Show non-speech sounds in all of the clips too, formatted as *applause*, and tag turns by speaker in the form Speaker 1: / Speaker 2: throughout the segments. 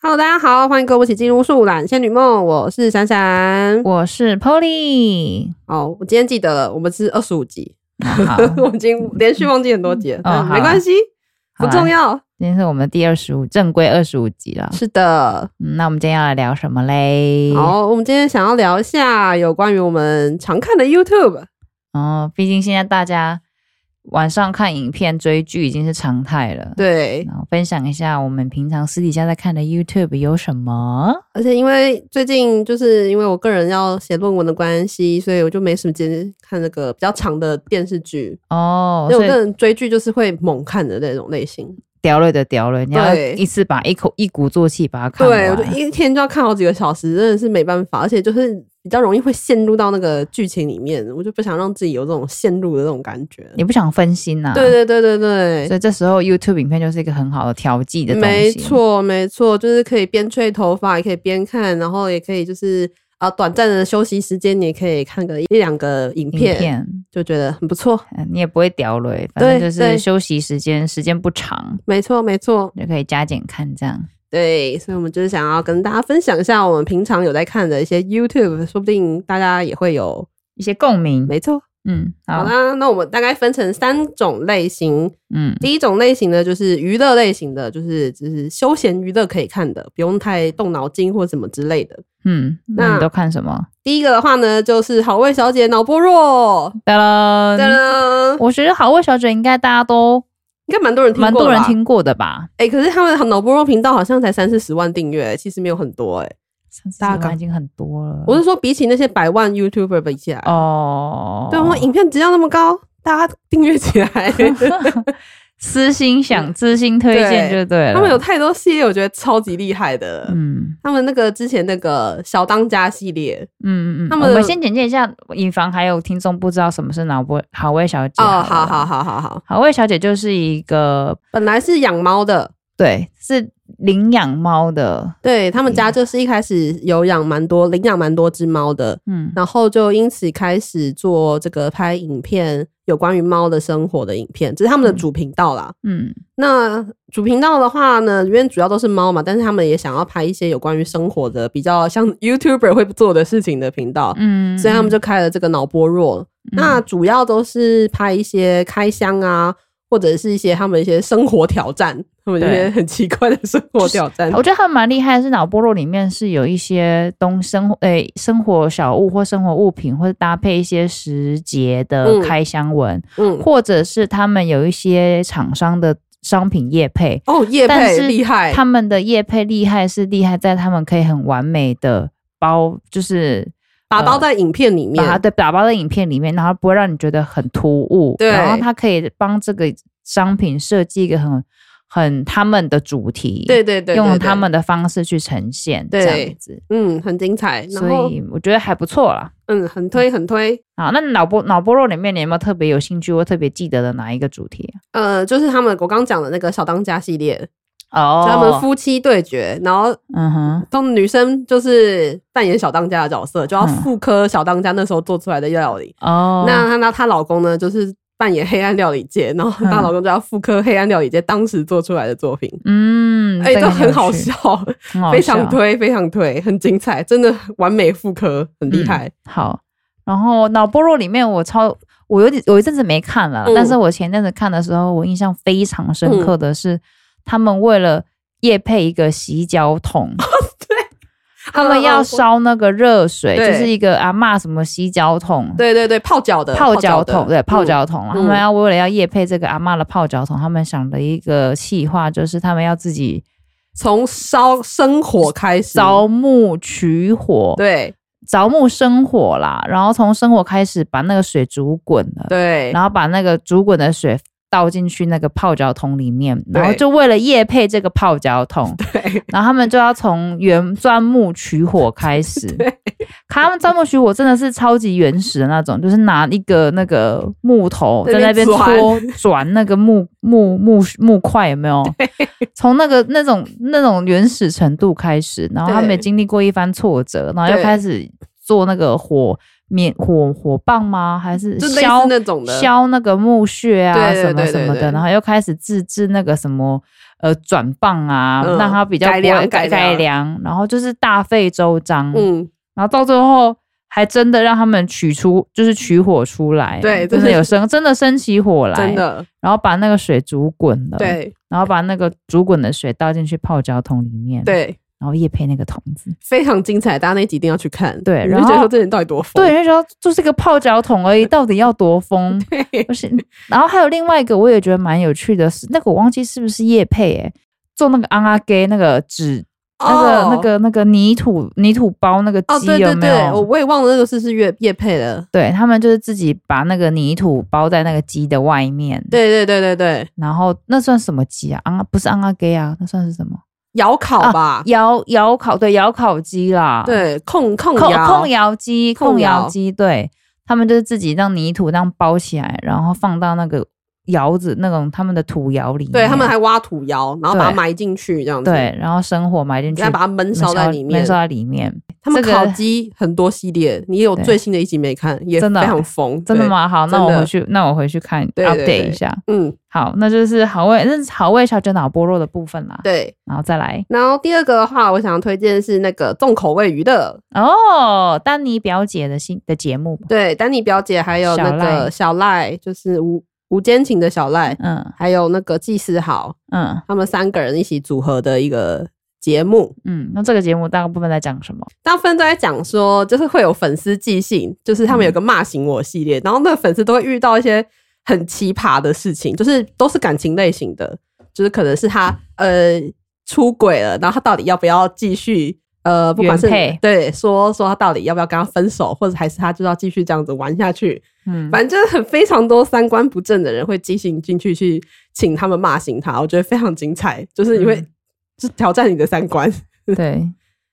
Speaker 1: Hello，大家好，欢迎跟我一起进入《树懒仙女梦》，我是闪闪。
Speaker 2: *laughs* 我是
Speaker 1: *laughs*
Speaker 2: Polly。
Speaker 1: 哦，我今天记得了，我们是二十五集，
Speaker 2: 好，
Speaker 1: *laughs* 我已经连续忘记很多集了，
Speaker 2: 啊哦
Speaker 1: 但
Speaker 2: 好
Speaker 1: 没关系，
Speaker 2: 好
Speaker 1: 不
Speaker 2: 啦
Speaker 1: 重要。
Speaker 2: 今天是我们第二十五正规二十五集了、
Speaker 1: 是的，
Speaker 2: 嗯那我们今天要来聊什么嘞？
Speaker 1: 好，我们今天想要聊一下有关于我们常看的 YouTube。
Speaker 2: 哦，毕竟现在大家晚上看影片、追剧已经是常态了。，
Speaker 1: 对，
Speaker 2: 然后分享一下我们平常私底下在看的 YouTube 有什么？
Speaker 1: 而且因为最近就是因为我个人要写论文的关系，所以我就没时间看那个比较长的电视剧。
Speaker 2: 哦，
Speaker 1: 因为我
Speaker 2: 所以
Speaker 1: 个人追剧就是会猛看的那种类型。
Speaker 2: 屌了的屌了，你要
Speaker 1: 对
Speaker 2: 一次把一口一鼓作气把它看
Speaker 1: 对，
Speaker 2: 完。
Speaker 1: 我就一天就要看好几个小时，真的是没办法，而且就是比较容易会陷入到那个剧情里面，我就不想让自己有这种陷入的那种感觉。
Speaker 2: 你不想分心呐、
Speaker 1: 对对对对对
Speaker 2: 所。以这时候 YouTube 影片就是一个很好的调剂的东西。
Speaker 1: 没错，没错，就是可以边吹头发，也可以边看，然后也可以就是啊，短暂的休息时间，你也可以看个一两个影
Speaker 2: 影
Speaker 1: 片，
Speaker 2: 片
Speaker 1: 就觉得很不错。
Speaker 2: 嗯，你也不会屌了，反
Speaker 1: 对
Speaker 2: 正就
Speaker 1: 对
Speaker 2: 是休息时间时间不长，
Speaker 1: 没错，没错，
Speaker 2: 就可以加减看这样。
Speaker 1: 对，所以我们就是想要跟大家分享一下我们平常有在看的一些 YouTube，说不定大家也会有。
Speaker 2: 一些共鸣，
Speaker 1: 没错，
Speaker 2: 嗯，
Speaker 1: 好啊
Speaker 2: 好，
Speaker 1: 啦，那我们大概分成三种类型。
Speaker 2: 嗯，
Speaker 1: 第一种类型呢，就是娱乐类型的，就是就是休闲娱乐可以看的，不用太动脑筋或什么之类的。
Speaker 2: 嗯，
Speaker 1: 那
Speaker 2: 那你都看什么？
Speaker 1: 第一个的话呢，就是好味小姐脑波弱，
Speaker 2: 当
Speaker 1: 噔
Speaker 2: 然，
Speaker 1: 噔，
Speaker 2: 我觉得好味小姐应该大家都
Speaker 1: 应该蛮多人听过，
Speaker 2: 蛮多人。听过的吧？
Speaker 1: 哎、可是他们脑波弱频道好像才三四十万订阅、其实没有很多哎、
Speaker 2: 三四
Speaker 1: 大家
Speaker 2: 十
Speaker 1: 赶
Speaker 2: 万已经很多了。
Speaker 1: 我是说，比起那些百万 YouTuber 比起来，
Speaker 2: 哦，
Speaker 1: 对，我影片质量那么高，大家订阅起
Speaker 2: *laughs*
Speaker 1: 来。
Speaker 2: 私心想私心推荐就对了。
Speaker 1: 他们有太多系列，我觉得超级厉害的。
Speaker 2: 嗯
Speaker 1: 他们那个之前那个小当家系列
Speaker 2: 嗯嗯嗯，
Speaker 1: 他们
Speaker 2: 我们先简介一下，以防还有听众不知道什么是脑波好味小姐。
Speaker 1: 哦，好好，好好好，
Speaker 2: 好味小姐就是一个
Speaker 1: 本来是养猫的，
Speaker 2: 对，是领养猫的，
Speaker 1: 对他们家就是一开始有养蛮多领养蛮多只猫的，
Speaker 2: 嗯，
Speaker 1: 然后就因此开始做这个拍影片，有关于猫的生活的影片，这是他们的主频道啦。
Speaker 2: 嗯，
Speaker 1: 那主频道的话呢，里面主要都是猫嘛，但是他们也想要拍一些有关于生活的比较像 YouTuber 会做的事情的频道，
Speaker 2: 嗯，
Speaker 1: 所以他们就开了这个脑波弱。那主要都是拍一些开箱啊，或者是一些他们一些生活挑战，他们一些
Speaker 2: 对
Speaker 1: 很奇怪的生活挑战。
Speaker 2: 我觉得他们蛮厉害的，是脑波肉里面是有一些东生活诶、生活小物或生活物品，或者搭配一些时节的
Speaker 1: 嗯
Speaker 2: 开箱文，
Speaker 1: 嗯，
Speaker 2: 或者是他们有一些厂商的商品业配。
Speaker 1: 哦，叶
Speaker 2: 但
Speaker 1: 佩
Speaker 2: 是
Speaker 1: 厉害，
Speaker 2: 他们的业配厉害是厉害在他们可以很完美的包，就是
Speaker 1: 打包在影片里面
Speaker 2: 把。它的打包在影片里面，然后不会让你觉得很突兀。
Speaker 1: 对
Speaker 2: 然后它可以帮这个商品设计一个很很他们的主题，
Speaker 1: 对对对，对
Speaker 2: 用他，们的方式去呈现，
Speaker 1: 对
Speaker 2: 这样子。
Speaker 1: 对嗯，很精彩。然
Speaker 2: 所
Speaker 1: 后，
Speaker 2: 以我觉得还不错啦。
Speaker 1: 嗯，很推很推。
Speaker 2: 啊，那脑波脑波肉里面你有没有特别有兴趣或特别记得的哪一个主题？
Speaker 1: 呃，就是他们我刚讲的那个小当家系列，
Speaker 2: 哦
Speaker 1: 就他们夫妻对决，然后
Speaker 2: 嗯哼，
Speaker 1: 都女生就是扮演小当家的角色，就要
Speaker 2: 嗯
Speaker 1: 复刻小当家那时候做出来的料理。
Speaker 2: 哦，
Speaker 1: 那她那她老公呢，就是扮演黑暗料理界，然后她
Speaker 2: 嗯
Speaker 1: 老公就要复刻黑暗料理界当时做出来的作品，
Speaker 2: 嗯，
Speaker 1: 哎、
Speaker 2: 这
Speaker 1: 都
Speaker 2: 个
Speaker 1: 很
Speaker 2: 有
Speaker 1: 好
Speaker 2: 趣，
Speaker 1: 笑，
Speaker 2: 很好
Speaker 1: 非常
Speaker 2: 笑
Speaker 1: 推，非常推，很精彩，真的完美复刻，很厉
Speaker 2: 嗯
Speaker 1: 害。
Speaker 2: 好，然后脑波弱里面我超我有点有一阵子没看了啦，
Speaker 1: 嗯
Speaker 2: 但是我前阵子看的时候，我印象非常深刻的是，他们为了夜配一个洗
Speaker 1: *laughs*
Speaker 2: 脚桶，他们要
Speaker 1: 烧，
Speaker 2: 烧那个热水，
Speaker 1: 哦对
Speaker 2: 就是一个阿嬷什么洗脚桶。
Speaker 1: 对对对，泡脚的
Speaker 2: 泡脚
Speaker 1: 的
Speaker 2: 桶对泡脚桶，
Speaker 1: 嗯
Speaker 2: 他们要为了要夜配这个阿嬷的泡脚桶，他们想的一个计划就是他们要自己
Speaker 1: 从烧生火开始，
Speaker 2: 招募取火，
Speaker 1: 对
Speaker 2: 招募生火啦，然后从生火开始把那个水煮滚了，
Speaker 1: 对
Speaker 2: 然后把那个煮滚的水倒进去那个泡脚桶里面，
Speaker 1: 对
Speaker 2: 然后就为了夜配这个泡脚桶，
Speaker 1: *laughs* 对，
Speaker 2: 然后他们就要从原钻木取火开始。
Speaker 1: *laughs* 对
Speaker 2: 他们钻木取火真的是超级原始的那种，就是拿一个那个木头在那边
Speaker 1: 在那边
Speaker 2: 搓转那个木木木木块，有没有？从那个那种那种原始程度开始，然后他们
Speaker 1: 对
Speaker 2: 也经历过一番挫折，然后又
Speaker 1: 对
Speaker 2: 开始做那个火棉火火棒吗？还是
Speaker 1: 就类似
Speaker 2: 削
Speaker 1: 那种的
Speaker 2: 削那个木屑啊，
Speaker 1: 对对
Speaker 2: 什么
Speaker 1: 对对
Speaker 2: 什么
Speaker 1: 对
Speaker 2: 的，然后又开始自制那个什么呃转棒啊，
Speaker 1: 嗯
Speaker 2: 让它比较
Speaker 1: 改
Speaker 2: 不会
Speaker 1: 良改
Speaker 2: 改
Speaker 1: 良
Speaker 2: 改良，然后就是大费周章，
Speaker 1: 嗯，
Speaker 2: 然后到最后还真的让他们取出就是取火出来，
Speaker 1: 对
Speaker 2: 真
Speaker 1: 真的
Speaker 2: 的有生真的升起火来，嗯
Speaker 1: 真，的，
Speaker 2: 然后把那个水煮滚了，，
Speaker 1: 对
Speaker 2: 然后把那个煮滚的水倒进去泡椒桶里面，，
Speaker 1: 对，
Speaker 2: 然后叶配那个桶子，
Speaker 1: 非常精彩，大家那一集一定要去看。
Speaker 2: 对
Speaker 1: 你就
Speaker 2: 然后
Speaker 1: 觉得说这人到底多疯？
Speaker 2: 对，那时候就是个泡椒桶而已，到底要多疯？
Speaker 1: 对，
Speaker 2: 不是，然后还有另外一个我也觉得蛮有趣的是，那个我忘记是不是叶配哎、做那个昂阿给那个纸。那个、
Speaker 1: *laughs* 哦
Speaker 2: 那个、那个泥土泥土包那个
Speaker 1: 哦，
Speaker 2: 鸡
Speaker 1: 对对
Speaker 2: 有没
Speaker 1: 对
Speaker 2: 有？，
Speaker 1: 我我也忘了那个是是乐叶配了。
Speaker 2: 对他们就是自己把那个泥土包在那个鸡的外面。，
Speaker 1: 对对对对对，
Speaker 2: 然后那算什么鸡啊？昂不是昂阿给啊，那算是什么？
Speaker 1: 窑
Speaker 2: 啊
Speaker 1: 烤吧，
Speaker 2: 窑窑烤对窑烤鸡啦。，
Speaker 1: 对，控控
Speaker 2: 控
Speaker 1: 窑
Speaker 2: 控，窑鸡，
Speaker 1: 控
Speaker 2: 控
Speaker 1: 窑
Speaker 2: 窑鸡，对他们就是自己让泥土这样包起来，然后放到那个窑子那种他们的土窑里面。
Speaker 1: 对他们还挖土窑，然后把它
Speaker 2: 对
Speaker 1: 埋进去这样子，
Speaker 2: 对，然后生火埋进去，
Speaker 1: 再把它焖烧在里面
Speaker 2: 焖烧。在里面，
Speaker 1: 他们
Speaker 2: 这个
Speaker 1: 烤鸡很多系列，你有
Speaker 2: 对
Speaker 1: 最新的一集没看，也非
Speaker 2: 真的
Speaker 1: 常疯，
Speaker 2: 真的
Speaker 1: 对？
Speaker 2: 吗？好，那
Speaker 1: 真
Speaker 2: 我
Speaker 1: 的
Speaker 2: 回去，那我回去看
Speaker 1: 对对对
Speaker 2: update 一下。
Speaker 1: 嗯，
Speaker 2: 好，那就是好味，那是好味小卷脑波肉的部分啦。
Speaker 1: 对。
Speaker 2: 然后再来
Speaker 1: 然后第二个的话，我想推荐是那个重口味娱乐，
Speaker 2: 哦，丹尼表姐的新的节目吧，
Speaker 1: 对，丹妮表姐还有那个小赖，就是吴吴坚情的小赖，
Speaker 2: 嗯
Speaker 1: 还有那个季思豪，
Speaker 2: 嗯
Speaker 1: 他们三个人一起组合的一个节目。
Speaker 2: 嗯，那这个节目大部分在讲什么？
Speaker 1: 大部分都在讲说，就是会有粉丝寄信，就是他们有个骂醒我系
Speaker 2: 嗯
Speaker 1: 列，然后那个粉丝都会遇到一些很奇葩的事情，就是都是感情类型的，就是可能是他呃出轨了，然后他到底要不要继续呃，不管是
Speaker 2: 原配
Speaker 1: 对说说他到底要不要跟他分手，或者还是他就要继续这样子玩下去，
Speaker 2: 嗯，
Speaker 1: 反正很非常多三观不正的人会寄信进去去请他们骂醒他，我觉得非常精彩，就是你会、
Speaker 2: 嗯
Speaker 1: 就挑战你的三观，
Speaker 2: 对，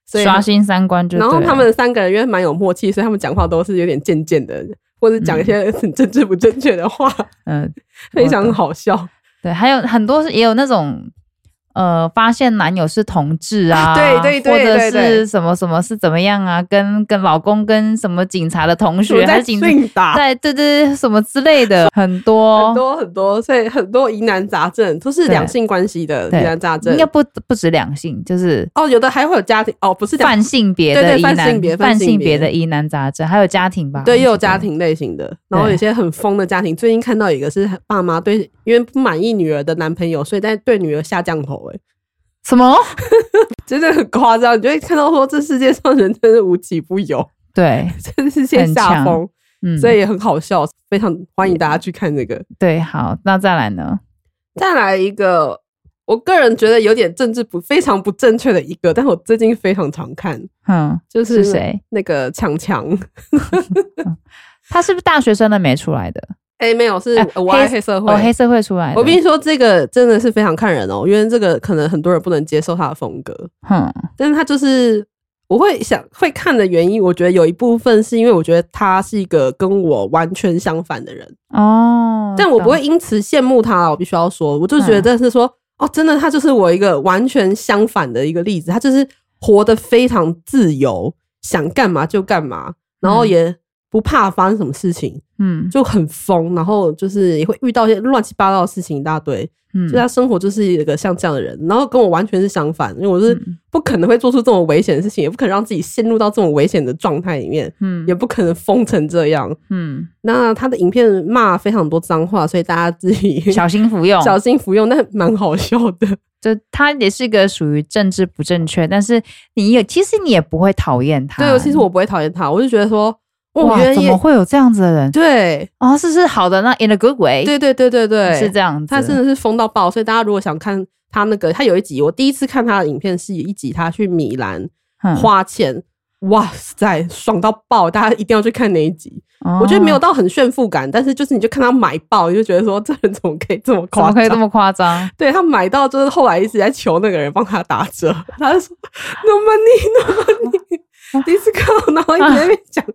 Speaker 1: 所以
Speaker 2: 刷新三观就对
Speaker 1: 然
Speaker 2: 了。
Speaker 1: 后他们三个人因为蛮有默契，所以他们讲话都是有点贱贱的，或者讲一些很政治不正确的话，
Speaker 2: 嗯，
Speaker 1: 非常好笑。
Speaker 2: 对，还有很多是也有那种。呃，发现男友是同志啊，
Speaker 1: 啊对对对对
Speaker 2: 或者是什么什么是怎么样啊，跟跟老公跟什么警察的同
Speaker 1: 我
Speaker 2: 学还
Speaker 1: 在
Speaker 2: 是警察
Speaker 1: 训打
Speaker 2: 在对对对什么之类的，很多
Speaker 1: 很多很多，所以很多疑难杂症都是
Speaker 2: 对
Speaker 1: 两性关系的疑
Speaker 2: 对
Speaker 1: 难杂症
Speaker 2: 应该。不不止两性，就是
Speaker 1: 哦，有的还会有家庭哦，不是两
Speaker 2: 泛性别
Speaker 1: 对
Speaker 2: 的
Speaker 1: 对
Speaker 2: 疑
Speaker 1: 泛
Speaker 2: 难，
Speaker 1: 性别泛
Speaker 2: 泛
Speaker 1: 性
Speaker 2: 性
Speaker 1: 别
Speaker 2: 别的疑难杂症，还有家庭吧？
Speaker 1: 对，
Speaker 2: 我
Speaker 1: 也有
Speaker 2: 记得
Speaker 1: 家，庭类型的，然后
Speaker 2: 对
Speaker 1: 有些很疯的家庭。最近看到一个是爸妈对，因为不满意女儿的男朋友，所以在对女儿下降头、欸，哎，
Speaker 2: 什么？
Speaker 1: 真的很夸张。你就会看到说，这世界上人真是无奇不有， *laughs*
Speaker 2: 对，
Speaker 1: 真是线
Speaker 2: 很
Speaker 1: 下
Speaker 2: 强
Speaker 1: 风。
Speaker 2: 嗯，
Speaker 1: 所以也很好笑，非常欢迎大家去看这个。
Speaker 2: 对，好，那再来呢？
Speaker 1: 再来一个，我个人觉得有点政治不非常不正确的一个，但我最近非常常看，
Speaker 2: 嗯，
Speaker 1: 就是
Speaker 2: 是谁？
Speaker 1: 那个强强，
Speaker 2: 他是不是大学生的没出来的？
Speaker 1: 哎、没有，是
Speaker 2: 哎
Speaker 1: 我爱
Speaker 2: 黑
Speaker 1: 黑社会。
Speaker 2: 哦，黑社会出来的。
Speaker 1: 我跟你说，这个真的是非常看人哦，因为这个可能很多人不能接受他的风格，
Speaker 2: 哼，
Speaker 1: 但是他就是我会想会看的原因，我觉得有一部分是因为我觉得他是一个跟我完全相反的人，
Speaker 2: 哦，
Speaker 1: 但我不会
Speaker 2: 懂，
Speaker 1: 因此羡慕他，哦我必须要说，我就觉得是
Speaker 2: 嗯
Speaker 1: 说，哦，真的，他就是我一个完全相反的一个例子，他就是活得非常自由，想干嘛就干嘛，然后
Speaker 2: 嗯
Speaker 1: 也不怕发生什么事情，
Speaker 2: 嗯
Speaker 1: 就很疯，然后就是也会遇到一些乱七八糟的事情一大堆，
Speaker 2: 嗯
Speaker 1: 所以他生活就是一个像这样的人，然后跟我完全是相反，因为我是
Speaker 2: 嗯
Speaker 1: 不可能会做出这么危险的事情，也不可能让自己陷入到这种危险的状态里面，
Speaker 2: 嗯
Speaker 1: 也不可能疯成这样，
Speaker 2: 嗯，
Speaker 1: 那他的影片骂非常多脏话，所以大家自己
Speaker 2: 小心服用。
Speaker 1: 小心服用，但蛮好笑
Speaker 2: *laughs*
Speaker 1: 的。
Speaker 2: 就他也是个属于政治不正确，但是你有，其实你也不会讨厌他。
Speaker 1: 对，其实我不会讨厌他，我就觉得说，我
Speaker 2: 哇
Speaker 1: 原来，
Speaker 2: 怎么
Speaker 1: 也
Speaker 2: 会有这样子的人？
Speaker 1: 对，
Speaker 2: 哦，是是好的，那 in a good way，
Speaker 1: 对对对对对，
Speaker 2: 是这样子。
Speaker 1: 他真的是疯到爆，所以大家如果想看他那个，他有一集我第一次看他的影片是一集他去米兰
Speaker 2: 嗯
Speaker 1: 花钱。哇塞，爽到爆！大家一定要去看那一集。
Speaker 2: 哦
Speaker 1: 我觉得没有到很炫富感，但是就是你就看他买爆，你就觉得说这人怎么可以这么
Speaker 2: 怎
Speaker 1: 夸
Speaker 2: 么
Speaker 1: 张？
Speaker 2: 可以这么夸张？
Speaker 1: 对他买到，就是后来一直在求那个人帮他打
Speaker 2: *laughs*
Speaker 1: 折， *laughs* 他就说 no money no money，第一次看到，然后一直在那边讲，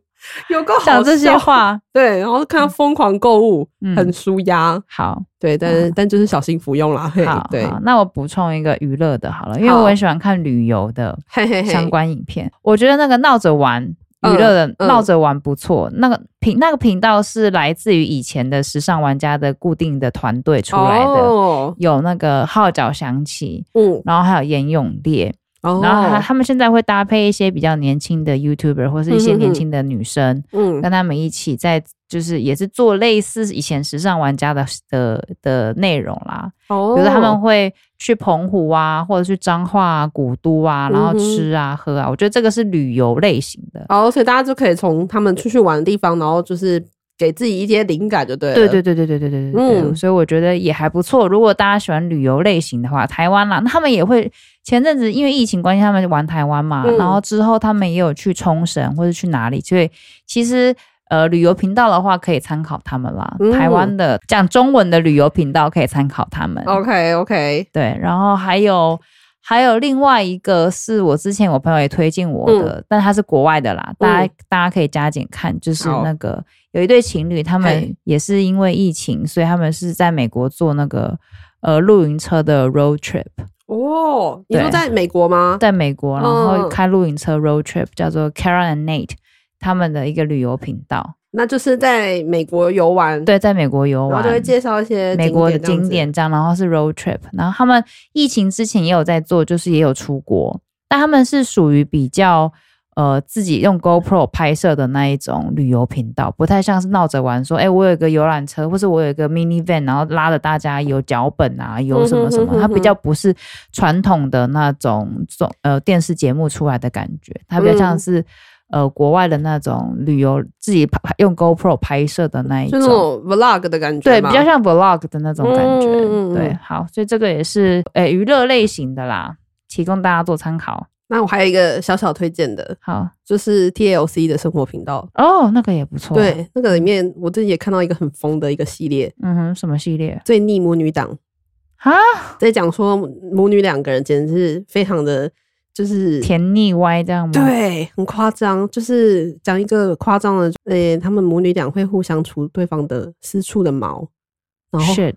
Speaker 1: 有够好
Speaker 2: 讲这些
Speaker 1: 笑，
Speaker 2: 话，
Speaker 1: 对，然后看他疯狂购物，
Speaker 2: 嗯
Speaker 1: 很舒压，
Speaker 2: 好
Speaker 1: 对，但是、但就是小心服用啦，嘿
Speaker 2: 好，
Speaker 1: 对，
Speaker 2: 好那我补充一个娱乐的好了，因为
Speaker 1: 好
Speaker 2: 我很喜欢看旅游的
Speaker 1: 嘿嘿嘿，
Speaker 2: 相关影片。我觉得那个闹着玩娱
Speaker 1: 嗯
Speaker 2: 乐的
Speaker 1: 嗯
Speaker 2: 闹着玩不错。那个频那个频道是来自于以前的时尚玩家的固定的团队出来的，
Speaker 1: 哦，
Speaker 2: 有那个号角响起，
Speaker 1: 嗯，
Speaker 2: 然后还有严永烈，
Speaker 1: 哦
Speaker 2: 然后他他们现在会搭配一些比较年轻的 YouTuber 或是一
Speaker 1: 嗯
Speaker 2: 些
Speaker 1: 哼哼
Speaker 2: 年轻的女生，
Speaker 1: 嗯
Speaker 2: 跟他们一起在就是也是做类似以前时尚玩家的的的内容啦，
Speaker 1: 哦
Speaker 2: 比如说他们会去澎湖啊，或者去彰化啊、古都啊，然后
Speaker 1: 嗯哼
Speaker 2: 吃啊、喝啊，我觉得这个是旅游类型的。
Speaker 1: 哦，所以大家就可以从他们出去玩的地方，然后就是给自己一些灵感，就对了。
Speaker 2: 对对对对对对对对对，
Speaker 1: 嗯
Speaker 2: 所以我觉得也还不错。如果大家喜欢旅游类型的话，台湾啦，那他们也会前阵子因为疫情关系，他们玩台湾嘛，
Speaker 1: 嗯
Speaker 2: 然后之后他们也有去冲绳或者去哪里，所以其实。呃，旅游频道的话可以参考他们啦，
Speaker 1: 嗯
Speaker 2: 台湾的讲中文的旅游频道可以参考他们。
Speaker 1: ，OK OK，
Speaker 2: 对，然后还有还有另外一个是我之前我朋友也推荐我的，
Speaker 1: 嗯
Speaker 2: 但它是国外的啦，大家、大家可以加减看，就是
Speaker 1: 好
Speaker 2: 那个有一对情侣，他们
Speaker 1: 嘿
Speaker 2: 也是因为疫情，所以他们是在美国做那个呃露营车的 road trip，
Speaker 1: 哦，你说
Speaker 2: 对
Speaker 1: 在美国吗？
Speaker 2: 在美国然后
Speaker 1: 嗯
Speaker 2: 开露营车 road trip，叫做 Karen and Nate 他们的一个旅游频道，
Speaker 1: 那就是在美国游玩，，
Speaker 2: 对，在美国游
Speaker 1: 然
Speaker 2: 玩
Speaker 1: 后就会介绍一些
Speaker 2: 美国的
Speaker 1: 这样子
Speaker 2: 景，点这样，然后是 road trip，然后他们疫情之前也有在做，就是也有出国，但他们是属于比较呃自己用 GoPro 拍摄的那一种旅游频道，不太像是闹着玩说，哎、我有一个游览车，或是我有一个 minivan，然后拉着大家有脚本啊，有什么
Speaker 1: 嗯
Speaker 2: 什
Speaker 1: 哼哼
Speaker 2: 么，
Speaker 1: 哼
Speaker 2: 它比较不是传统的那种种呃电视节目出来的感觉，它比较像
Speaker 1: 嗯
Speaker 2: 是。呃，国外的那种旅游，自己拍用 GoPro 拍摄的那一
Speaker 1: 就那
Speaker 2: 种，
Speaker 1: 种 vlog 的感觉，
Speaker 2: 对，比较。像 vlog 的那种感觉。
Speaker 1: 嗯嗯嗯嗯
Speaker 2: 对，好，所以这个也是诶娱乐类型的啦，提供大家做参考。
Speaker 1: 那我还有一个小小推荐的，
Speaker 2: 好，
Speaker 1: 就是 TLC 的生活频道。
Speaker 2: 哦，那个也不错。，
Speaker 1: 对，那个里面我自己也看到一个很疯的一个系列，
Speaker 2: 嗯哼，什么系列？
Speaker 1: 最逆母女档，
Speaker 2: 啊，
Speaker 1: 在讲说母女两个人简直是非常的，就是
Speaker 2: 甜腻歪这样吗？，
Speaker 1: 对，很夸张，就是讲一个夸张的，呃、他们母女俩会互相除对方的私处的毛，然后
Speaker 2: 是，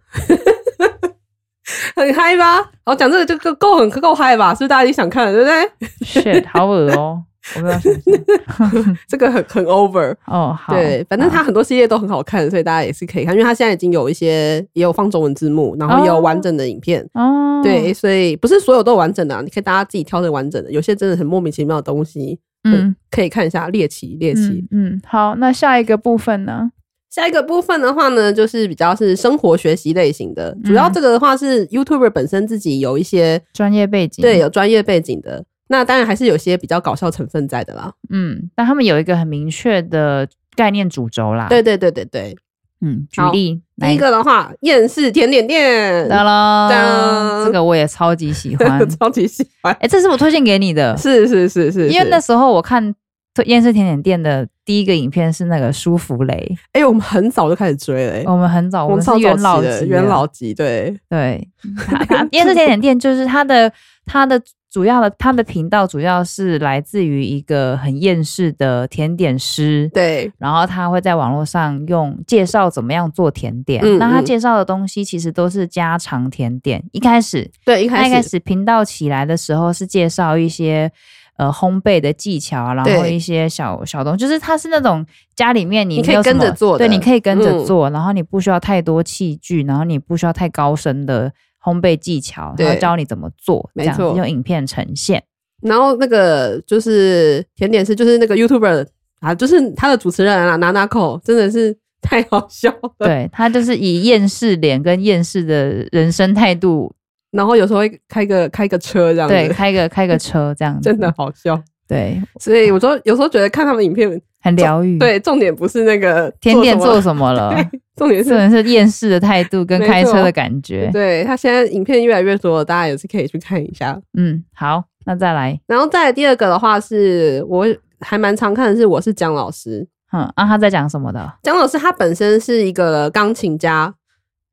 Speaker 1: 很嗨吧？然后讲这个就够够很够嗨吧？是不是大家已经想看了，对不对？ *laughs*
Speaker 2: shit，好恶哦、我不知道什么意思。
Speaker 1: 这个很很 over。
Speaker 2: 哦，好，
Speaker 1: 对，反正
Speaker 2: 好
Speaker 1: 它很多系列都很好看，所以大家也是可以看，因为它现在已经有一些也有放中文字幕，然后也有
Speaker 2: 哦
Speaker 1: 完整的影片。
Speaker 2: 哦，
Speaker 1: 对，，所以不是所有都有完整的、啊，你可以大家自己挑的完整的，有些真的很莫名其妙的东西，
Speaker 2: 嗯
Speaker 1: 可以看一下猎奇猎奇。
Speaker 2: 嗯嗯，好，那下一个部分呢？
Speaker 1: 下一个部分的话呢，就是比较是生活学习类型的，主
Speaker 2: 嗯
Speaker 1: 要这个的话是 YouTuber 本身自己有一些
Speaker 2: 专业背景，
Speaker 1: 对有专业背景的，那当然还是有些比较搞笑成分在的啦。
Speaker 2: 嗯，但他们有一个很明确的概念主轴啦。
Speaker 1: 对，对对对对，
Speaker 2: 嗯，举
Speaker 1: 好
Speaker 2: 例，哪
Speaker 1: 第一个的话，厌世甜点店，
Speaker 2: 哒啦，
Speaker 1: 当
Speaker 2: 这个我也超级喜欢。哎、
Speaker 1: *laughs* 超级喜欢，
Speaker 2: 这是我推荐给你的，
Speaker 1: 是是是是，
Speaker 2: 因为
Speaker 1: 是
Speaker 2: 那时候我看推燕式甜点店的第一个影片是那个舒芙蕾，
Speaker 1: 哎、我们很早就开始追了、欸
Speaker 2: 我们很早，哦我们
Speaker 1: 超早
Speaker 2: 是元
Speaker 1: 期
Speaker 2: 老级
Speaker 1: 的
Speaker 2: 的，
Speaker 1: 元老级，对， *laughs*
Speaker 2: 对，它它燕式甜点店就是它的它的。主要的，它的频道主要是来自于一个很厌世的甜点师，
Speaker 1: 对，
Speaker 2: 然后他会在网络上用介绍怎么样做甜点。
Speaker 1: 嗯
Speaker 2: 那他
Speaker 1: 嗯
Speaker 2: 介绍的东西其实都是家常甜点。一开始
Speaker 1: 对，一
Speaker 2: 那
Speaker 1: 开
Speaker 2: 一
Speaker 1: 始，
Speaker 2: 开始频道起来的时候是介绍一些呃烘焙的技巧啊，然后
Speaker 1: 对
Speaker 2: 一些小小东西，就是它是那种家里面你
Speaker 1: 你可以
Speaker 2: 没有什么
Speaker 1: 跟着做的
Speaker 2: 对，你可以跟着
Speaker 1: 嗯
Speaker 2: 做，然后你不需要太多器具，然后你不需要太高深的烘焙技巧，
Speaker 1: 对
Speaker 2: 他教你怎么做，这
Speaker 1: 没
Speaker 2: 样子
Speaker 1: 错
Speaker 2: 用影片呈现。
Speaker 1: 然后那个就是甜点师，就是那个 YouTuber 啊，就是他的主持人啊，拿拿口真的是太好笑了。，
Speaker 2: 对他就是以厌世脸跟厌世的人生态度，
Speaker 1: 然后有时候会开个开个车这样
Speaker 2: 对，
Speaker 1: 子，
Speaker 2: 开个开个车这样子，
Speaker 1: *laughs* 真的好
Speaker 2: *laughs*
Speaker 1: 笑。
Speaker 2: 对，
Speaker 1: 所以我说有时候觉得看他们影片，
Speaker 2: 很疗愈。，
Speaker 1: 对，重点不是那个
Speaker 2: 嗯甜点
Speaker 1: 做
Speaker 2: 做
Speaker 1: *laughs* 什
Speaker 2: 什么
Speaker 1: 么
Speaker 2: 了？
Speaker 1: 对，重点
Speaker 2: 这
Speaker 1: 是。
Speaker 2: 人是厌世的态度跟
Speaker 1: 没
Speaker 2: 开车
Speaker 1: 错
Speaker 2: 的感
Speaker 1: *laughs*
Speaker 2: 觉。
Speaker 1: 对他现在影片越来越多，大家也是可以去看一下。
Speaker 2: 嗯，好，那再来，
Speaker 1: 然后再来第二个的话是，我还蛮常看的是，我是姜老师。
Speaker 2: 嗯，啊，他在讲什么的？
Speaker 1: 姜老师他本身是一个钢琴家，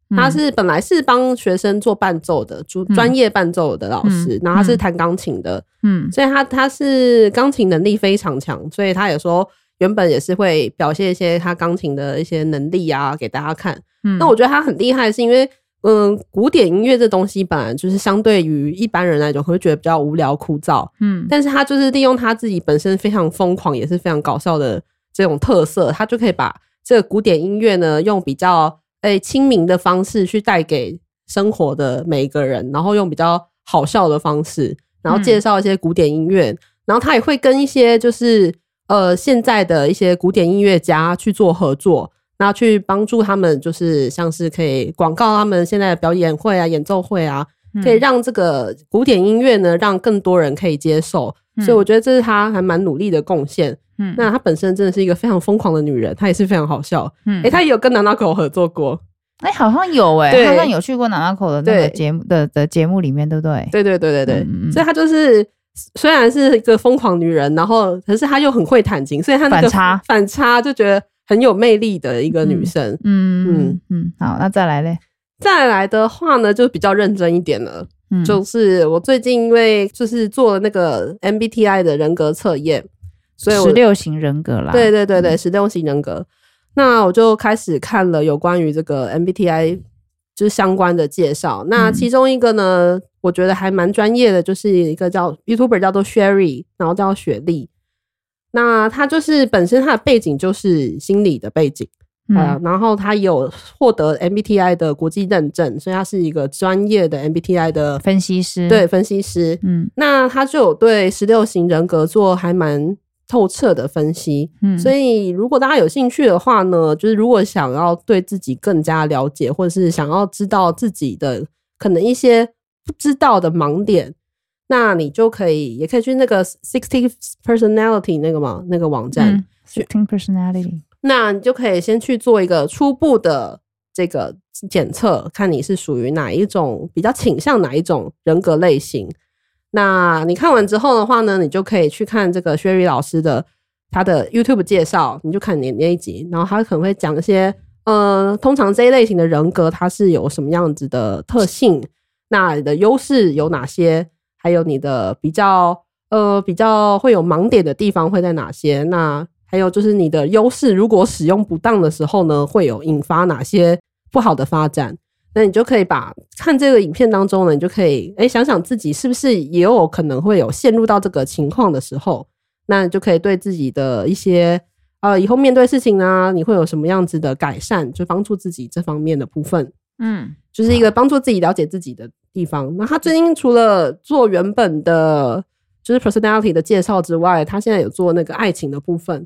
Speaker 2: 嗯
Speaker 1: 他是本来是帮学生做伴奏的，专
Speaker 2: 嗯
Speaker 1: 专业伴奏的老师，
Speaker 2: 嗯
Speaker 1: 然后他是弹钢琴的，
Speaker 2: 嗯
Speaker 1: 所以他他是钢琴能力非常强，所以他有时候原本也是会表现一些他钢琴的一些能力啊给大家看。
Speaker 2: 嗯，
Speaker 1: 那我觉得他很厉害，是因为嗯，古典音乐这东西本来就是相对于一般人来讲，会觉得比较无聊枯燥，
Speaker 2: 嗯，
Speaker 1: 但是他就是利用他自己本身非常疯狂，也是非常搞笑的这种特色，他就可以把这个古典音乐呢，用比较诶、亲民的方式去带给生活的每一个人，然后用比较好笑的方式，然后介绍一些古典音乐，然后他也会跟一些就是呃现在的一些古典音乐家去做合作。那去帮助他们，就是像是可以广告他们现在的表演会啊、演奏会啊，
Speaker 2: 嗯
Speaker 1: 可以让这个古典音乐呢，让更多人可以接受。
Speaker 2: 嗯
Speaker 1: 所以我觉得这是她还蛮努力的贡献。
Speaker 2: 嗯
Speaker 1: 那她本身真的是一个非常疯狂的女人，她也是非常好笑。
Speaker 2: 嗯
Speaker 1: 诶、她也有跟南娜口合作过。
Speaker 2: 哎、好像有哎、
Speaker 1: 对
Speaker 2: 好像有去过南阿口的那个
Speaker 1: 对
Speaker 2: 节目的的节目里面，对不对？
Speaker 1: 对对对对对，
Speaker 2: 嗯嗯嗯
Speaker 1: 所以她就是虽然是一个疯狂女人，然后可是她又很会弹琴，所以她那个
Speaker 2: 反差
Speaker 1: 反差就觉得很有魅力的一个女生。
Speaker 2: 嗯
Speaker 1: 嗯
Speaker 2: 嗯嗯，好，那再来嘞，
Speaker 1: 再来的话呢，就比较认真一点了。
Speaker 2: 嗯，
Speaker 1: 就是我最近因为就是做了那个 MBTI 的人格测验，所以我
Speaker 2: 十六型人格啦，
Speaker 1: 对对对对，十六型人格。那我就开始看了有关于这个 MBTI 就是相关的介绍。那
Speaker 2: 嗯
Speaker 1: 其中一个呢，我觉得还蛮专业的，就是一个叫 YouTuber 叫做 Sherry，然后叫雪莉。那她就是本身她的背景就是心理的背景，
Speaker 2: 嗯，
Speaker 1: 啊，然后她有获得 MBTI 的国际认证，所以她是一个专业的 MBTI 的
Speaker 2: 分析师，
Speaker 1: 对，分析师。
Speaker 2: 嗯
Speaker 1: 那他就有对十六型人格做还蛮透彻的分析，
Speaker 2: 嗯，
Speaker 1: 所
Speaker 2: 以
Speaker 1: 以如果大家有兴趣的话呢，就是如果想要对自己更加了解，或者是想要知道自己的可能一些不知道的盲点，那你就可以也可以去那个 Sixty Personality 那个嘛那个网站，
Speaker 2: ，sixteen personality，
Speaker 1: 那你就可以先去做一个初步的这个检测，看你是属于哪一种，比较倾向哪一种人格类型。那你看完之后的话呢，你就可以去看这个薛宇老师的他的 YouTube 介绍，你就看你那一集，然后他可能会讲一些呃，通常这一类型的人格它是有什么样子的特性，那你的优势有哪些，还有你的比较呃比较会有盲点的地方会在哪些？那还有就是你的优势，如果使用不当的时候呢，会有引发哪些不好的发展？那你就可以把看这个影片当中呢，你就可以哎想想自己是不是也有可能会有陷入到这个情况的时候，那你就可以对自己的一些呃以后面对事情啊，你会有什么样子的改善，就帮助自己这方面的部分。
Speaker 2: 嗯
Speaker 1: 就是一个帮助自己了解自己的地方。那他最近除了做原本的，就是 personality 的介绍之外，他现在有做那个爱情的部分，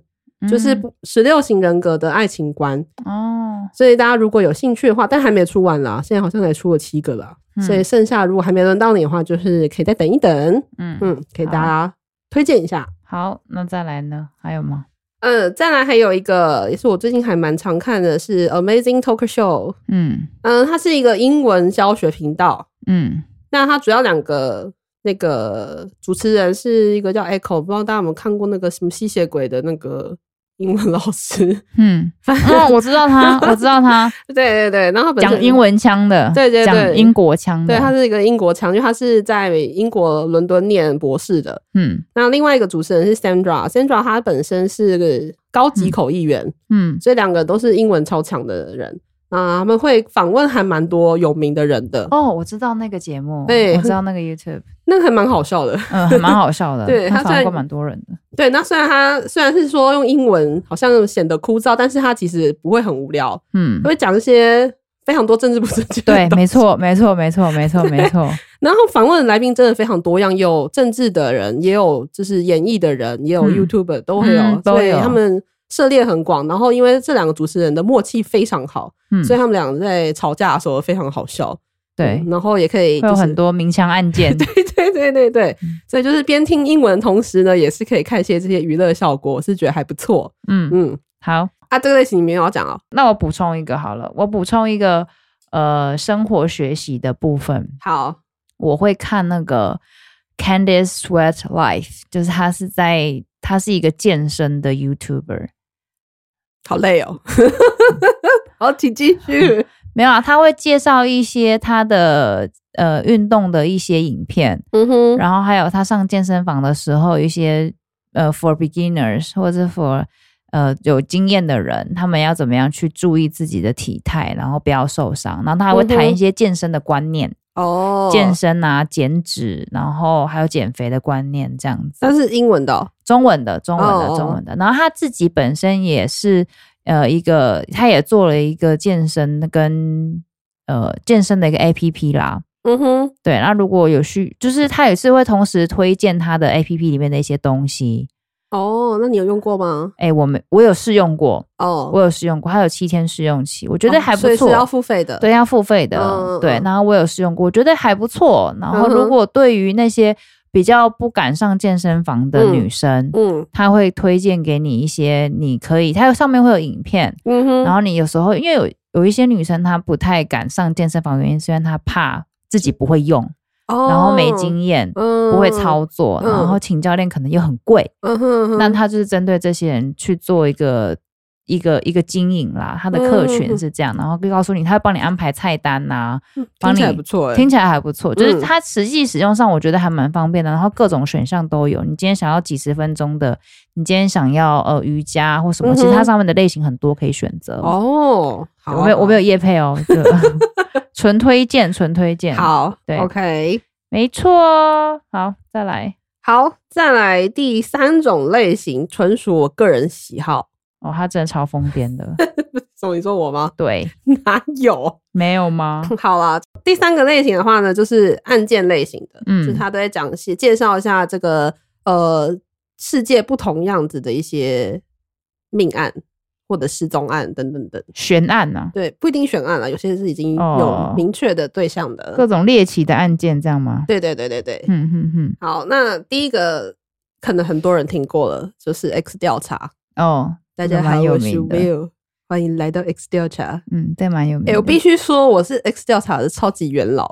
Speaker 1: 就是十六型人格的爱情观。
Speaker 2: 嗯哦，
Speaker 1: 所以大家如果有兴趣的话，但还没出完啦，现在好像才出了七个啦。
Speaker 2: 嗯
Speaker 1: 所以剩下如果还没轮到你的话，就是可以再等一等。
Speaker 2: 嗯嗯，
Speaker 1: 嗯，给大家推荐一下。
Speaker 2: 好，那再来呢？还有吗？
Speaker 1: 嗯，再来还有一个也是我最近还蛮常看的是 Amazing Talk Show，
Speaker 2: 嗯
Speaker 1: 嗯，它是一个英文教学频道，
Speaker 2: 嗯
Speaker 1: 那它主要两个那个主持人是一个叫 Echo，不知道大家有没有看过那个什么吸血鬼的那个英文 *laughs* 老师？
Speaker 2: 嗯，
Speaker 1: 反正、
Speaker 2: 哦，我知道他，我知道他
Speaker 1: 对对对，然后他本身
Speaker 2: 讲英，文腔的，
Speaker 1: 对对对
Speaker 2: 讲英国腔的，
Speaker 1: 对，他是一个英国强，因为他是在英国伦敦念博士的。
Speaker 2: 嗯
Speaker 1: 那另外一个主持人是 Sandra，Sandra 她本身是个高级口译员，
Speaker 2: 嗯
Speaker 1: 所以两个都是英文超强的人啊、他们会访问还蛮多有名的人的，
Speaker 2: 哦，我知道那个节目，
Speaker 1: 对
Speaker 2: 我知道那个 YouTube，
Speaker 1: 那个还蛮好笑的。
Speaker 2: *laughs* 嗯，还蛮好笑的，
Speaker 1: 对
Speaker 2: 他
Speaker 1: 他虽
Speaker 2: 访
Speaker 1: 然
Speaker 2: 过蛮多人的，
Speaker 1: 对，那虽然他虽然是说用英文好像显得枯燥，但是他其实不会很无聊，
Speaker 2: 嗯
Speaker 1: 他，会讲一些非常多政治不正确。
Speaker 2: 对，没。错，没错，没
Speaker 1: *laughs*
Speaker 2: 错，没错，没错，
Speaker 1: 然后访问的来宾真的非常多样，有政治的人，也有就是演艺的人，也有
Speaker 2: 嗯
Speaker 1: YouTube 都会有，
Speaker 2: 嗯都
Speaker 1: 所以
Speaker 2: 有
Speaker 1: 他们涉猎很广。然后因为这两个主持人的默契非常好，
Speaker 2: 嗯，
Speaker 1: 所以他们俩在吵架的时候非常好笑。
Speaker 2: 对
Speaker 1: 嗯，然后也可以
Speaker 2: 会有
Speaker 1: 就是
Speaker 2: 很多明枪暗箭，
Speaker 1: *laughs* 对对对对
Speaker 2: 嗯，
Speaker 1: 所以就是边听英文的同时呢，也是可以看一些这些娱乐效果，我是觉得还不错。
Speaker 2: 嗯，
Speaker 1: 嗯，
Speaker 2: 好，
Speaker 1: 啊，这个类型你没有要讲哦。
Speaker 2: 那我补充一个好了，我补充一个呃生活学习的部分，
Speaker 1: 好，
Speaker 2: 我会看那个 Candice Sweat Life，就是他是在他是一个健身的 YouTuber，
Speaker 1: 好累哦。 *laughs* 好，请继
Speaker 2: *laughs*
Speaker 1: 续。
Speaker 2: 没有啊，他会介绍一些他的呃运动的一些影片，
Speaker 1: 嗯哼，
Speaker 2: 然后还有他上健身房的时候，一些呃 for beginners 或者 for 呃有经验的人，他们要怎么样去注意自己的体态，然后不要受伤，然后他还会谈
Speaker 1: 嗯
Speaker 2: 一
Speaker 1: 哼
Speaker 2: 些健身的观念，
Speaker 1: 哦
Speaker 2: 健身啊、减脂，然后还有减肥的观念这样子。
Speaker 1: 但是英文的哦、
Speaker 2: 中文的，中文的，
Speaker 1: 哦哦
Speaker 2: 中文的。然后他自己本身也是呃一个，他也做了一个健身跟呃健身的一个 A P P 啦。
Speaker 1: 嗯哼，
Speaker 2: 对，那如果有需，就是他也是会同时推荐他的 A P P 里面的一些东西。
Speaker 1: 哦，那你有用过吗？
Speaker 2: 哎，我没，我有试用过，
Speaker 1: 哦，
Speaker 2: 我有试用过，它有七天试用期，我觉得
Speaker 1: 哦
Speaker 2: 还不
Speaker 1: 所以
Speaker 2: 错。
Speaker 1: 是要付费的。
Speaker 2: 对，要付费的，
Speaker 1: 嗯嗯
Speaker 2: 对。
Speaker 1: 嗯
Speaker 2: 然后我有试用过，我觉得还不错。然后
Speaker 1: 嗯哼
Speaker 2: 如果对于那些比较不敢上健身房的女生，
Speaker 1: 嗯
Speaker 2: 他会推荐给你一些你可以，它上面会有影片，
Speaker 1: 嗯哼，
Speaker 2: 然后你有时候因为有有一些女生她不太敢上健身房，原因是因为她怕自己不会用，
Speaker 1: 哦
Speaker 2: 然后没，经验。
Speaker 1: 嗯
Speaker 2: 不会操，作，
Speaker 1: 嗯
Speaker 2: 然后请教练可能又很贵，
Speaker 1: 嗯哼哼
Speaker 2: 那他就是针对这些人去做一个一个一个经营啦，他的客
Speaker 1: 嗯
Speaker 2: 群是这样，然后告诉你，他会帮你安排菜单啊呐、帮
Speaker 1: 听起来
Speaker 2: 你
Speaker 1: 不错哎，
Speaker 2: 听起来还不错，就是
Speaker 1: 嗯
Speaker 2: 它实际使用上我觉得还蛮方便的，然后各种选项都有。你今天想要几十分钟的，你今天想要呃瑜伽或什么，
Speaker 1: 嗯哼
Speaker 2: 其实它上面的类型很多可以选择。哦，
Speaker 1: 哦，好，
Speaker 2: 我没有我没
Speaker 1: 有，
Speaker 2: 有业配哦，就
Speaker 1: *laughs*
Speaker 2: 纯推荐，纯推荐。，
Speaker 1: 好，
Speaker 2: 对
Speaker 1: ，OK，
Speaker 2: 没错哦。好，再来
Speaker 1: 好，再来第三种类型，纯属我个人喜好。 *laughs*
Speaker 2: 哦，他真的超疯癫的，
Speaker 1: 什么？你说我吗？ *laughs*
Speaker 2: 对，
Speaker 1: 哪有？
Speaker 2: 没有吗？
Speaker 1: 好啦，第三个类型的话呢，就是案件类型的，
Speaker 2: 嗯
Speaker 1: 就是他都会讲一些介绍一下这个呃世界不同样子的一些命案或者失踪案等等等。
Speaker 2: 悬案啊呐、
Speaker 1: 对，不一定选案了，有些是已经
Speaker 2: 哦
Speaker 1: 有明确的对象的。
Speaker 2: 各种猎奇的案件，这样吗？
Speaker 1: 对对对对对。
Speaker 2: 嗯哼哼，
Speaker 1: 好，那第一个可能很多人听过了，就是 X 调查。
Speaker 2: 哦，
Speaker 1: 大家
Speaker 2: 这个蛮
Speaker 1: 好，
Speaker 2: 有
Speaker 1: 我是
Speaker 2: 名的，
Speaker 1: Will，欢迎来到 X 调查。
Speaker 2: 嗯，这蛮有名
Speaker 1: 哎、
Speaker 2: 的。
Speaker 1: 我必须说，我是 X 调查的超级元老。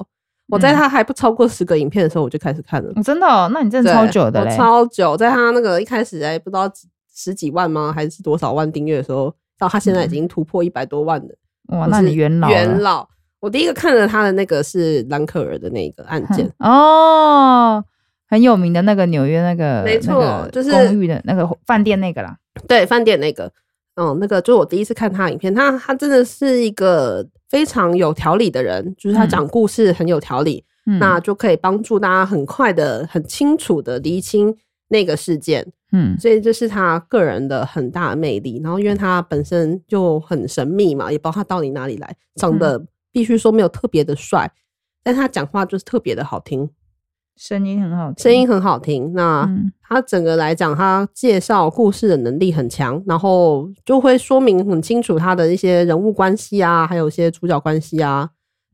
Speaker 1: 我
Speaker 2: 嗯
Speaker 1: 在他还不超过十个影片的时候，我就开始看了，
Speaker 2: 哦真的、哦，那你真的
Speaker 1: 对
Speaker 2: 超久的
Speaker 1: 我
Speaker 2: 嘞，
Speaker 1: 超久。在他那个一开始哎，不知道几十几万吗，还是多少万订阅的时候，到他现在已经突破一百多万了。
Speaker 2: 哇，
Speaker 1: 我
Speaker 2: 嗯哦那
Speaker 1: 是
Speaker 2: 你元老了
Speaker 1: 元老。我第一个看了他的那个是兰可儿的那个案件，
Speaker 2: 哼嗯哦，很有名的那个纽约那个，
Speaker 1: 没错
Speaker 2: 那个
Speaker 1: 就是
Speaker 2: 公寓的那个饭店那个啦。
Speaker 1: 对饭店那个，嗯，那个就是我第一次看他的影片，他他真的是一个非常有条理的人，就是他
Speaker 2: 嗯
Speaker 1: 讲故事很有条理，
Speaker 2: 嗯
Speaker 1: 那就可以帮助大家很快的、很清楚的厘清那个事件，
Speaker 2: 嗯
Speaker 1: 所以这是他个人的很大的魅力。然后，因为他本身就很神秘嘛，也不知道他到底哪里来，长得必须说没有特别的帅，但他讲话就是特别的好听，
Speaker 2: 声音很好听，
Speaker 1: 声音很好听。啊那
Speaker 2: 嗯
Speaker 1: 他整个来讲，他介绍故事的能力很强，然后就会说明很清楚他的一些人物关系啊，还有一些主角关系啊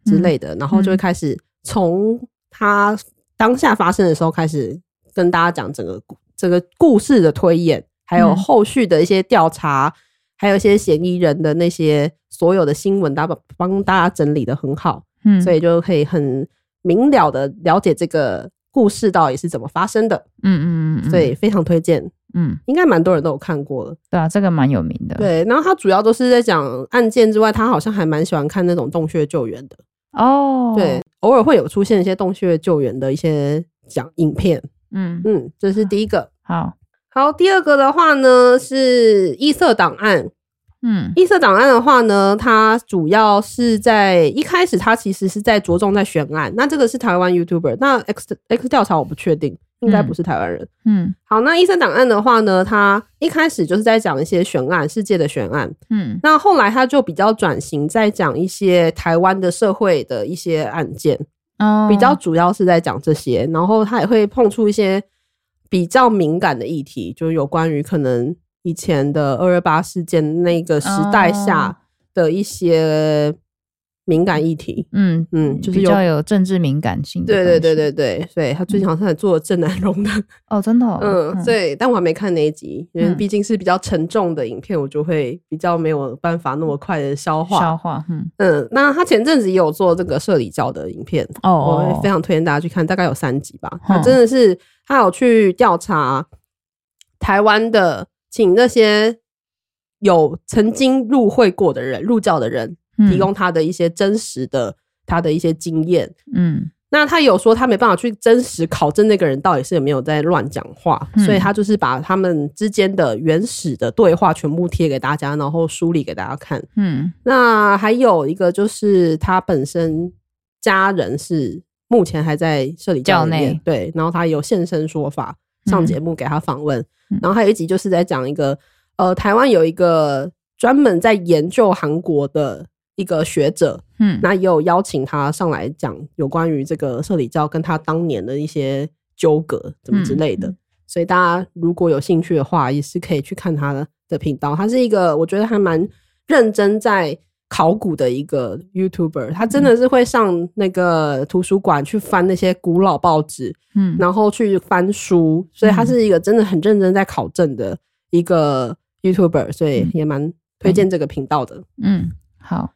Speaker 2: 嗯
Speaker 1: 之类的，然后就会开始从他当下发生的时候开始跟大家讲整个故整个故事的推演，还有
Speaker 2: 嗯
Speaker 1: 后续的一些调查，还有一些嫌疑人的那些所有的新闻，大家帮大家整理的很好，
Speaker 2: 嗯，
Speaker 1: 所以就可以很明了的了解这个故事到底是怎么发生的。
Speaker 2: 嗯嗯嗯嗯，
Speaker 1: 所以非常推荐，
Speaker 2: 嗯，
Speaker 1: 应该蛮多人都有看过了。
Speaker 2: 对啊，这个蛮有名的。
Speaker 1: 对，然后他主要都是在讲案件之外，他好像还蛮喜欢看那种洞穴救援的。
Speaker 2: 哦，
Speaker 1: 对，，偶尔会有出现一些洞穴救援的一些讲影片。
Speaker 2: 嗯，
Speaker 1: 嗯，这是第一个。
Speaker 2: 好，
Speaker 1: 好，第二个的话呢是异色档案。
Speaker 2: 嗯
Speaker 1: 异色档案的话呢，它主要是在一开始，它其实是在着重在悬案。那这个是台湾 YouTuber，那 X X 调查我不确定，应该不是台湾人。
Speaker 2: 嗯
Speaker 1: 好，那医生档案的话呢，他一开始就是在讲一些悬案，世界的悬案。
Speaker 2: 嗯
Speaker 1: 那后来他就比较转型，在讲一些台湾的社会的一些案件，
Speaker 2: 哦，
Speaker 1: 比较主要是在讲这些。然后他也会碰触一些比较敏感的议题，就是有关于可能以前的二二八事件那个时代
Speaker 2: 哦
Speaker 1: 下的一些敏感议题。
Speaker 2: 嗯
Speaker 1: 嗯，就是
Speaker 2: 比
Speaker 1: 有
Speaker 2: 较有政治敏感性的
Speaker 1: 对
Speaker 2: 东西。
Speaker 1: 对对对对，所以他最近好像也做了郑南荣的
Speaker 2: 哦，真的哦，
Speaker 1: 嗯，对，但我还没看那一集，因为
Speaker 2: 嗯
Speaker 1: 毕竟是比较沉重的影片，我就会比较没有办法那么快的消化。
Speaker 2: 消化，嗯，
Speaker 1: 嗯，那他前阵子也有做这个社里教的影片，
Speaker 2: 哦
Speaker 1: 我
Speaker 2: 哦
Speaker 1: 会非，常推荐大家去看，大概有三集吧。他
Speaker 2: 嗯
Speaker 1: 真的是他有去调查台湾的，请那些有曾经入会过的人、入教的人，
Speaker 2: 嗯
Speaker 1: 提供他的一些真实的他的一些经验，
Speaker 2: 嗯
Speaker 1: 那他有说他没办法去真实考证那个人到底是有没有在乱讲话，
Speaker 2: 嗯
Speaker 1: 所以他就是把他们之间的原始的对话全部贴给大家，然后梳理给大家看。
Speaker 2: 嗯
Speaker 1: 那还有一个就是他本身家人是目前还在社里教里面
Speaker 2: 教内
Speaker 1: 对，然后他有现身说法，上节目给他访问，
Speaker 2: 嗯
Speaker 1: 然后还有一集就是在讲一个呃，台湾有一个专门在研究韩国的一个学者，
Speaker 2: 嗯
Speaker 1: 那也有邀请他上来讲有关于这个社里教跟他当年的一些纠葛怎么之类的。
Speaker 2: 嗯
Speaker 1: 所以大家如果有兴趣的话，也是可以去看他的的频道。他是一个我觉得还蛮认真在考古的一个
Speaker 2: 嗯
Speaker 1: YouTuber，他真的是会上那个图书馆去翻那些古老报纸，
Speaker 2: 嗯
Speaker 1: 然后去翻书，所以他是一个真的很认真在考证的一个 YouTuber，所以也蛮推荐这个频道的。
Speaker 2: 嗯，好，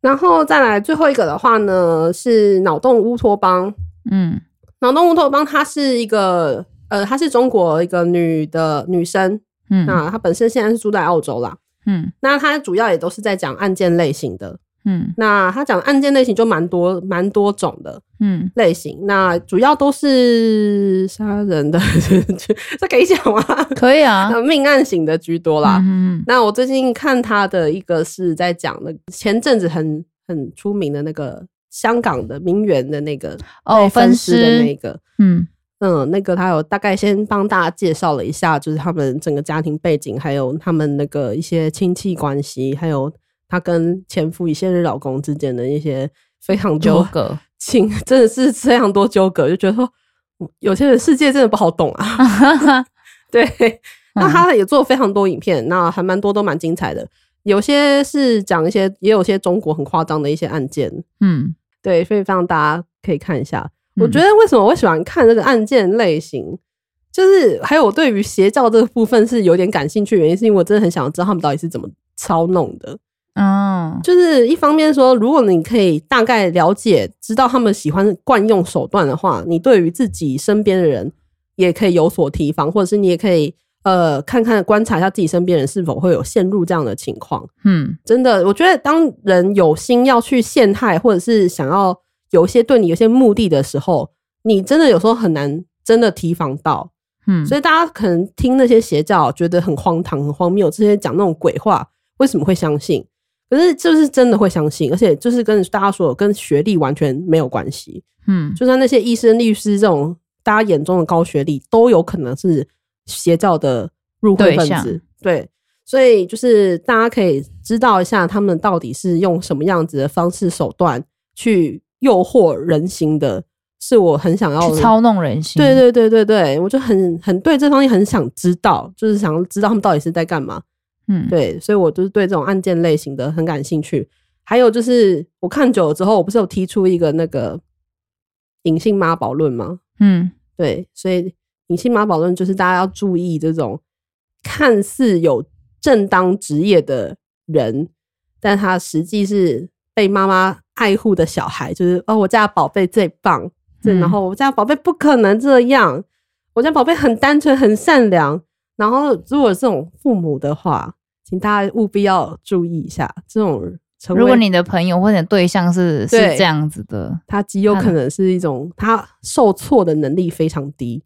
Speaker 1: 然后再来最后一个的话呢，是脑洞乌托邦。
Speaker 2: 嗯
Speaker 1: 脑洞乌托邦，她是一个呃，她是中国一个女的女生，
Speaker 2: 嗯
Speaker 1: 那她本身现在是住在澳洲啦。
Speaker 2: 嗯
Speaker 1: 那她主要也都是在讲案件类型的。
Speaker 2: 嗯
Speaker 1: 那她讲案件类型就蛮多蛮多种的
Speaker 2: 嗯，
Speaker 1: 类型，那主要都是杀人的， *laughs* 这可以讲吗？
Speaker 2: 可以啊，
Speaker 1: 呃命案型的居多啦。
Speaker 2: 嗯嗯
Speaker 1: 那我最近看他的一个是在讲那个前阵子很很出名的那个香港的名媛的那个
Speaker 2: 哦
Speaker 1: 被分
Speaker 2: 分
Speaker 1: 尸的
Speaker 2: 尸
Speaker 1: 那个，
Speaker 2: 嗯
Speaker 1: 嗯，那个他有大概先帮大家介绍了一下，就是他们整个家庭背景，还有他们那个一些亲戚关系，还有他跟前夫、以现任老公之间的一些非常
Speaker 2: 纠
Speaker 1: 多
Speaker 2: 葛，
Speaker 1: 情，真的是非常多纠葛，就觉得说嗯有些人世界真的不好懂啊。对，那他也做非常多影片，那还蛮多都蛮精彩的，有些是讲一些，也有些中国很夸张的一些案件，
Speaker 2: 嗯，
Speaker 1: 对，所以让大家可以看一下。
Speaker 2: 嗯
Speaker 1: 我觉得为什么我喜欢看这个案件类型，就是还有我对于邪教这个部分是有点感兴趣，原因是因为我真的很想知道他们到底是怎么操弄的。
Speaker 2: 哦，
Speaker 1: 就是一方面说，如果你可以大概了解、知道他们喜欢惯用手段的话，你对于自己身边的人也可以有所提防，或者是你也可以呃看呃看观察一下自己身边人是否会有陷入这样的情况。
Speaker 2: 嗯
Speaker 1: 真的，我觉得当人有心要去陷害，或者是想要有一些对你有些目的的时候，你真的有时候很难真的提防到。
Speaker 2: 嗯，
Speaker 1: 所以大家可能听那些邪教觉得很荒唐、很荒谬，这些讲那种鬼话，为什么会相信？可是就是真的会相信，而且就是跟大家说，跟学历完全没有关系。
Speaker 2: 嗯
Speaker 1: 就算那些医生、律师这种大家眼中的高学历，都有可能是邪教的入会分
Speaker 2: 对象
Speaker 1: 子。对，所以就是大家可以知道一下，他们到底是用什么样子的方式手段去诱惑人心的，是我很想要
Speaker 2: 去操弄人心，
Speaker 1: 对，对对对对，我就很很对这方面很想知道，就是想知道他们到底是在干嘛。
Speaker 2: 嗯
Speaker 1: 对，所以我就是对这种案件类型的很感兴趣。还有就是我看久了之后，我不是有提出一个那个隐性妈宝论吗？
Speaker 2: 嗯
Speaker 1: 对，所以隐性妈宝论就是大家要注意这种看似有正当职业的人，但他实际是被妈妈爱护的小孩，就是哦，我家的宝贝最棒，对，
Speaker 2: 嗯
Speaker 1: 然后我家的宝贝不可能这样，我家宝贝很单纯、很善良。然后，如果这种父母的话，请大家务必要注意一下，这种成
Speaker 2: 如果
Speaker 1: 为
Speaker 2: 你的朋友或者对象是是
Speaker 1: 对
Speaker 2: 这样子的，
Speaker 1: 他极
Speaker 2: 嗯
Speaker 1: 有可能是一种他受挫的能力非常低。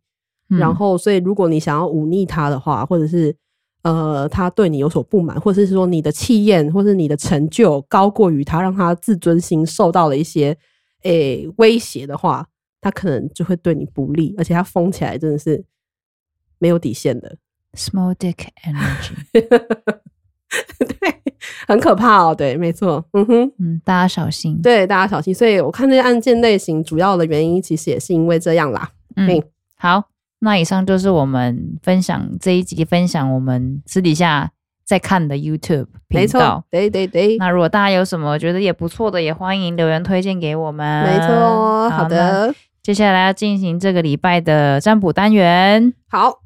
Speaker 2: 嗯
Speaker 1: 然后，所以如果你想要忤逆他的话，或者是呃他对你有所不满，或者是说你的气焰或是你的成就高过于他，让他自尊心受到了一些诶、威胁的话，他可能就会对你不利，而且他疯起来真的是没有底线的，
Speaker 2: small dick
Speaker 1: *laughs*
Speaker 2: energy，
Speaker 1: 对，很可怕哦，对，没错，嗯哼。
Speaker 2: 嗯，大家小心，，
Speaker 1: 对，大家小心。所以我看这些案件类型，主要的原因其实也是因为这样啦。
Speaker 2: 嗯
Speaker 1: 嘿，
Speaker 2: 好，那以上就是我们分享这一集分享我们私底下在看的 YouTube
Speaker 1: 没
Speaker 2: 频
Speaker 1: 错
Speaker 2: 道。，
Speaker 1: 对对对，
Speaker 2: 那如果大家有什么觉得也不错的，也欢迎留言推荐给我们。
Speaker 1: 没错哦。好。
Speaker 2: 那
Speaker 1: 的，
Speaker 2: 接下来要进行这个礼拜的占卜单元。
Speaker 1: 好，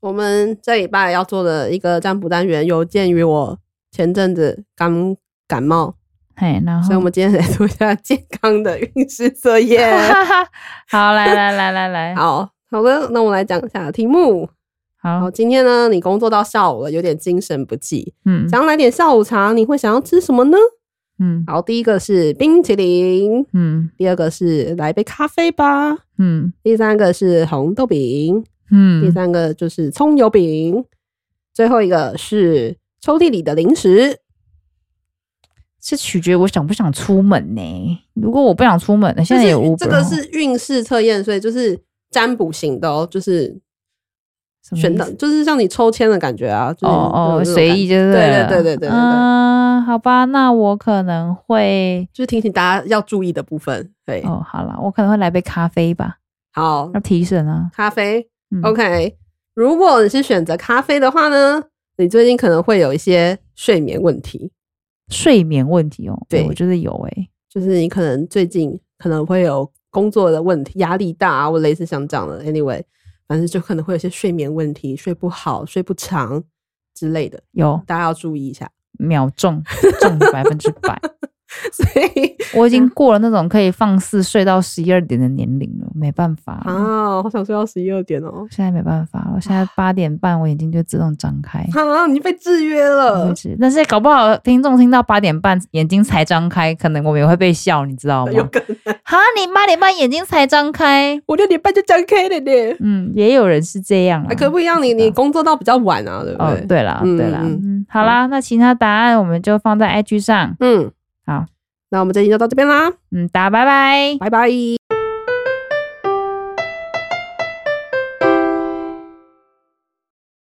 Speaker 1: 我们这礼拜要做的一个占卜单元，有鉴于我前阵子刚感冒，
Speaker 2: 哦嘿，然后
Speaker 1: 所以我
Speaker 2: *laughs*
Speaker 1: 们今天来做一下健康的运势测验。
Speaker 2: *laughs* 好，来来来来来，
Speaker 1: 好。好的，那我来讲一下题目。好，
Speaker 2: 好，
Speaker 1: 今天呢，你工作到下午了，有点精神不济，
Speaker 2: 嗯
Speaker 1: 想要来点下午茶，你会想要吃什么呢？
Speaker 2: 嗯
Speaker 1: 好，第一个是冰淇淋，
Speaker 2: 嗯
Speaker 1: 第二个是来杯咖啡吧，
Speaker 2: 嗯
Speaker 1: 第三个是红豆饼，第
Speaker 2: 嗯，
Speaker 1: 三个就是葱油饼，最后一个是抽屉里的零食。
Speaker 2: 是取决于我想不想出门呢、如果我不想出门，现在有哦
Speaker 1: 就是
Speaker 2: 五
Speaker 1: 这个是运势测验，所以就是占卜型的哦，就是选的，就是像你抽签的感觉啊。就是、
Speaker 2: 哦哦，
Speaker 1: 就是那种
Speaker 2: 随
Speaker 1: 感觉
Speaker 2: 意就是
Speaker 1: 对
Speaker 2: 了
Speaker 1: 对对对对对对
Speaker 2: 嗯，好吧，那我可能会
Speaker 1: 就是提醒大家要注意的部分。对，
Speaker 2: 哦，好了，我可能会来杯咖啡吧，
Speaker 1: 好
Speaker 2: 要，提神啊。
Speaker 1: 咖啡。
Speaker 2: 嗯
Speaker 1: OK，如果你是选择咖啡的话呢，你最近可能会有一些睡眠问题，
Speaker 2: 睡眠问题哦，
Speaker 1: 对
Speaker 2: 我觉得有诶、
Speaker 1: 就是你可能最近可能会有工作的问题，压力大啊，或类似像这样的。Anyway，反正就可能会有一些睡眠问题，睡不好、睡不长之类的，
Speaker 2: 有
Speaker 1: 大家要注意一下。 *laughs*
Speaker 2: 秒中中百分之百。
Speaker 1: 所以
Speaker 2: 我已
Speaker 1: 嗯
Speaker 2: 经过了那种可以放肆睡到十一二点的年龄了，没办法了
Speaker 1: 啊，我想睡到十一二点哦。
Speaker 2: 现在没办法了。我现在八点半，我眼睛就自动张开。
Speaker 1: 啊，你被制约
Speaker 2: 我
Speaker 1: 了
Speaker 2: 就，知但是搞不好听众听到八点半眼睛才张开，可能我们也会被笑，你知道吗？
Speaker 1: 有可能。
Speaker 2: 哈，你八点半眼睛才张开，
Speaker 1: 我六点半就张开了呢，
Speaker 2: 嗯，也有人是这样啊
Speaker 1: 啊，可不一样，你你工作到比较晚啊，对不
Speaker 2: 哦
Speaker 1: 对？，
Speaker 2: 对啦，
Speaker 1: 嗯
Speaker 2: 对啦，
Speaker 1: 嗯
Speaker 2: 嗯，好啦，那其他答案我们就放在 IG 上，
Speaker 1: 嗯，
Speaker 2: 好，
Speaker 1: 那我们这期就到这边啦，
Speaker 2: 嗯，大家拜拜。
Speaker 1: 拜拜。